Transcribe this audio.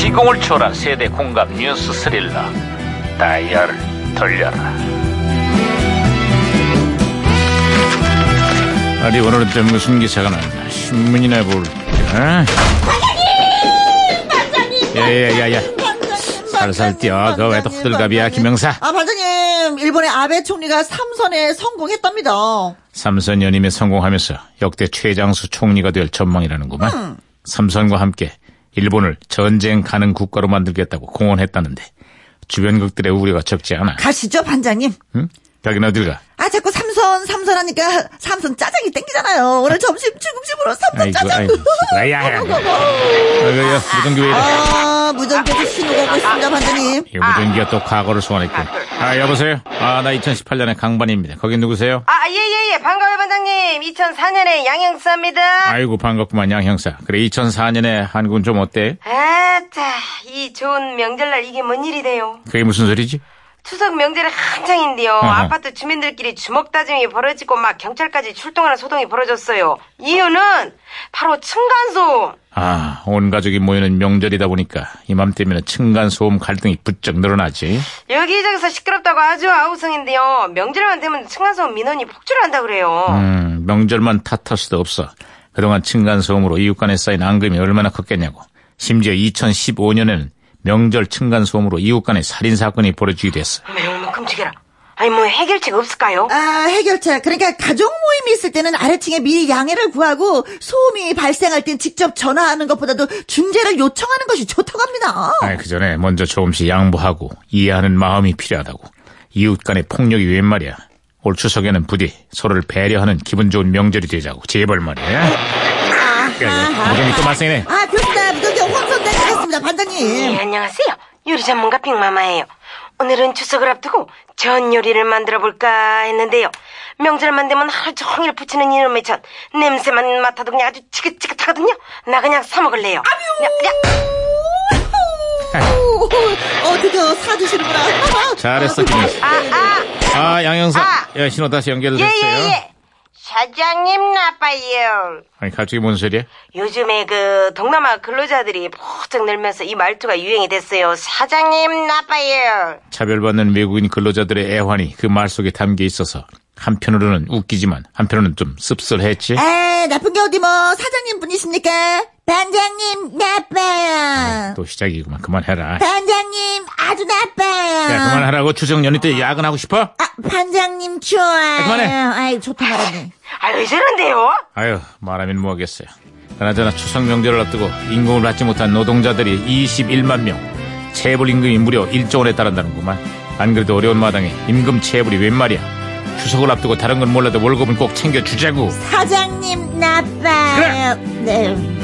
진공을 초월한 세대 공감 뉴스 스릴러 다이얼 돌려라 아니 오늘은 또 무슨 기사가 났나 신문이나 볼까 예, 야야야야 살살 뛰어 그거 왜또 호들갑이야 김영사 아, 반장님, 일본의 아베 총리가 삼선에 성공했답니다. 삼선 연임에 성공하면서 역대 최장수 총리가 될 전망이라는구만 삼선과 함께 일본을 전쟁 가능 국가로 만들겠다고 공언했다는데 주변국들의 우려가 적지 않아 가시죠, 반장님. 응? 벽이 어딜 가 아, 자꾸 삼선, 삼선 하니까 삼선 짜장이 땡기잖아요. 오늘 점심 죽음집으로 삼선 아이고 짜장. 아이고 야야야 아이고야 무전기 왜 이래 아, 무전기에서 신호가 오고 있습니다, 반장님. 이 무전기가 또 과거를 소환했군 아 여보세요 아 나 2018년의 강반입니다 거기 누구세요 아, 예, 예, 예. 반가워요, 반장님. 2004년에 양형사입니다. 아이고 반갑구만 양 형사. 그래 2004년에 한국은 좀 어때? 아따, 이 좋은 명절날 이게 뭔 일이래요. 그게 무슨 소리지? 추석 명절에 한창인데요. 아하. 아파트 주민들끼리 주먹 다짐이 벌어지고 막 경찰까지 출동하는 소동이 벌어졌어요. 이유는 바로 층간소음. 아, 온 가족이 모이는 명절이다 보니까 이맘때면 층간소음 갈등이 부쩍 늘어나지. 여기저기서 시끄럽다고 아주 아우성인데요. 명절만 되면 층간소음 민원이 폭주를 한다 그래요. 음, 명절만 탓할 수도 없어. 그동안 층간소음으로 이웃 간에 쌓인 앙금이 얼마나 컸겠냐고. 심지어 2015년에는 명절 층간소음으로 이웃 간의 살인사건이 벌어지기도 했어. 매우 끔찍해라. 아니, 뭐 해결책 없을까요? 아, 해결책. 그러니까 가족 모임이 있을 때는 아래층에 미리 양해를 구하고 소음이 발생할 땐 직접 전화하는 것보다도 중재를 요청하는 것이 좋다고 합니다. 아이, 그 전에 먼저 조금씩 양보하고 이해하는 마음이 필요하다고. 이웃 간의 폭력이 웬 말이야. 올 추석에는 부디 서로를 배려하는 기분 좋은 명절이 되자고. 제발 말이야. 아하. 무정이 또 발생이네. 아, 교수다. 무전기 혼선되셨습니다, 반장님. 네, 안녕하세요. 요리 전문가 빅마마예요. 오늘은 추석을 앞두고 전 요리를 만들어 볼까 했는데요. 명절만 되면 하루 종일 부치는 이놈의 전 냄새만 맡아도 그냥 아주 지긋지긋하거든요. 나 그냥 사 먹을래요. 야, 야. 오, 어, 드디어 사주시는구나. 잘했어, 김영수. 아, 아, 아, 양형사. 아. 야, 신호 다시 연결을 예, 했어요. 예, 예. 사장님 나빠요. 아니, 갑자기 뭔 소리야? 요즘에 그 동남아 근로자들이 폭증 늘면서 이 말투가 유행이 됐어요. 사장님 나빠요. 차별받는 외국인 근로자들의 애환이 그 말 속에 담겨 있어서 한편으로는 웃기지만 한편으로는 좀 씁쓸했지. 아, 에, 나쁜 게 어디 뭐, 사장님 분이십니까? 반장님, 나빠요. 아, 또 시작이구만. 그만해라. 반장님, 아주 야, 나빠요. 그만하라고. 추석 연휴 때 야근하고 싶어? 아, 반장님, 좋아요. 아, 그만해. 아이, 좋다 말하네. 아, 왜 저런데요? 아유, 말하면 뭐하겠어요. 그나저나 추석 명절을 앞두고 임금을 받지 못한 노동자들이 21만 명, 체불 임금이 무려 1조 원에 달한다는구만. 안 그래도 어려운 마당에 임금 체불이 웬 말이야. 추석을 앞두고 다른 건 몰라도 월급은 꼭 챙겨주자고. 사장님, 나빠요. 네.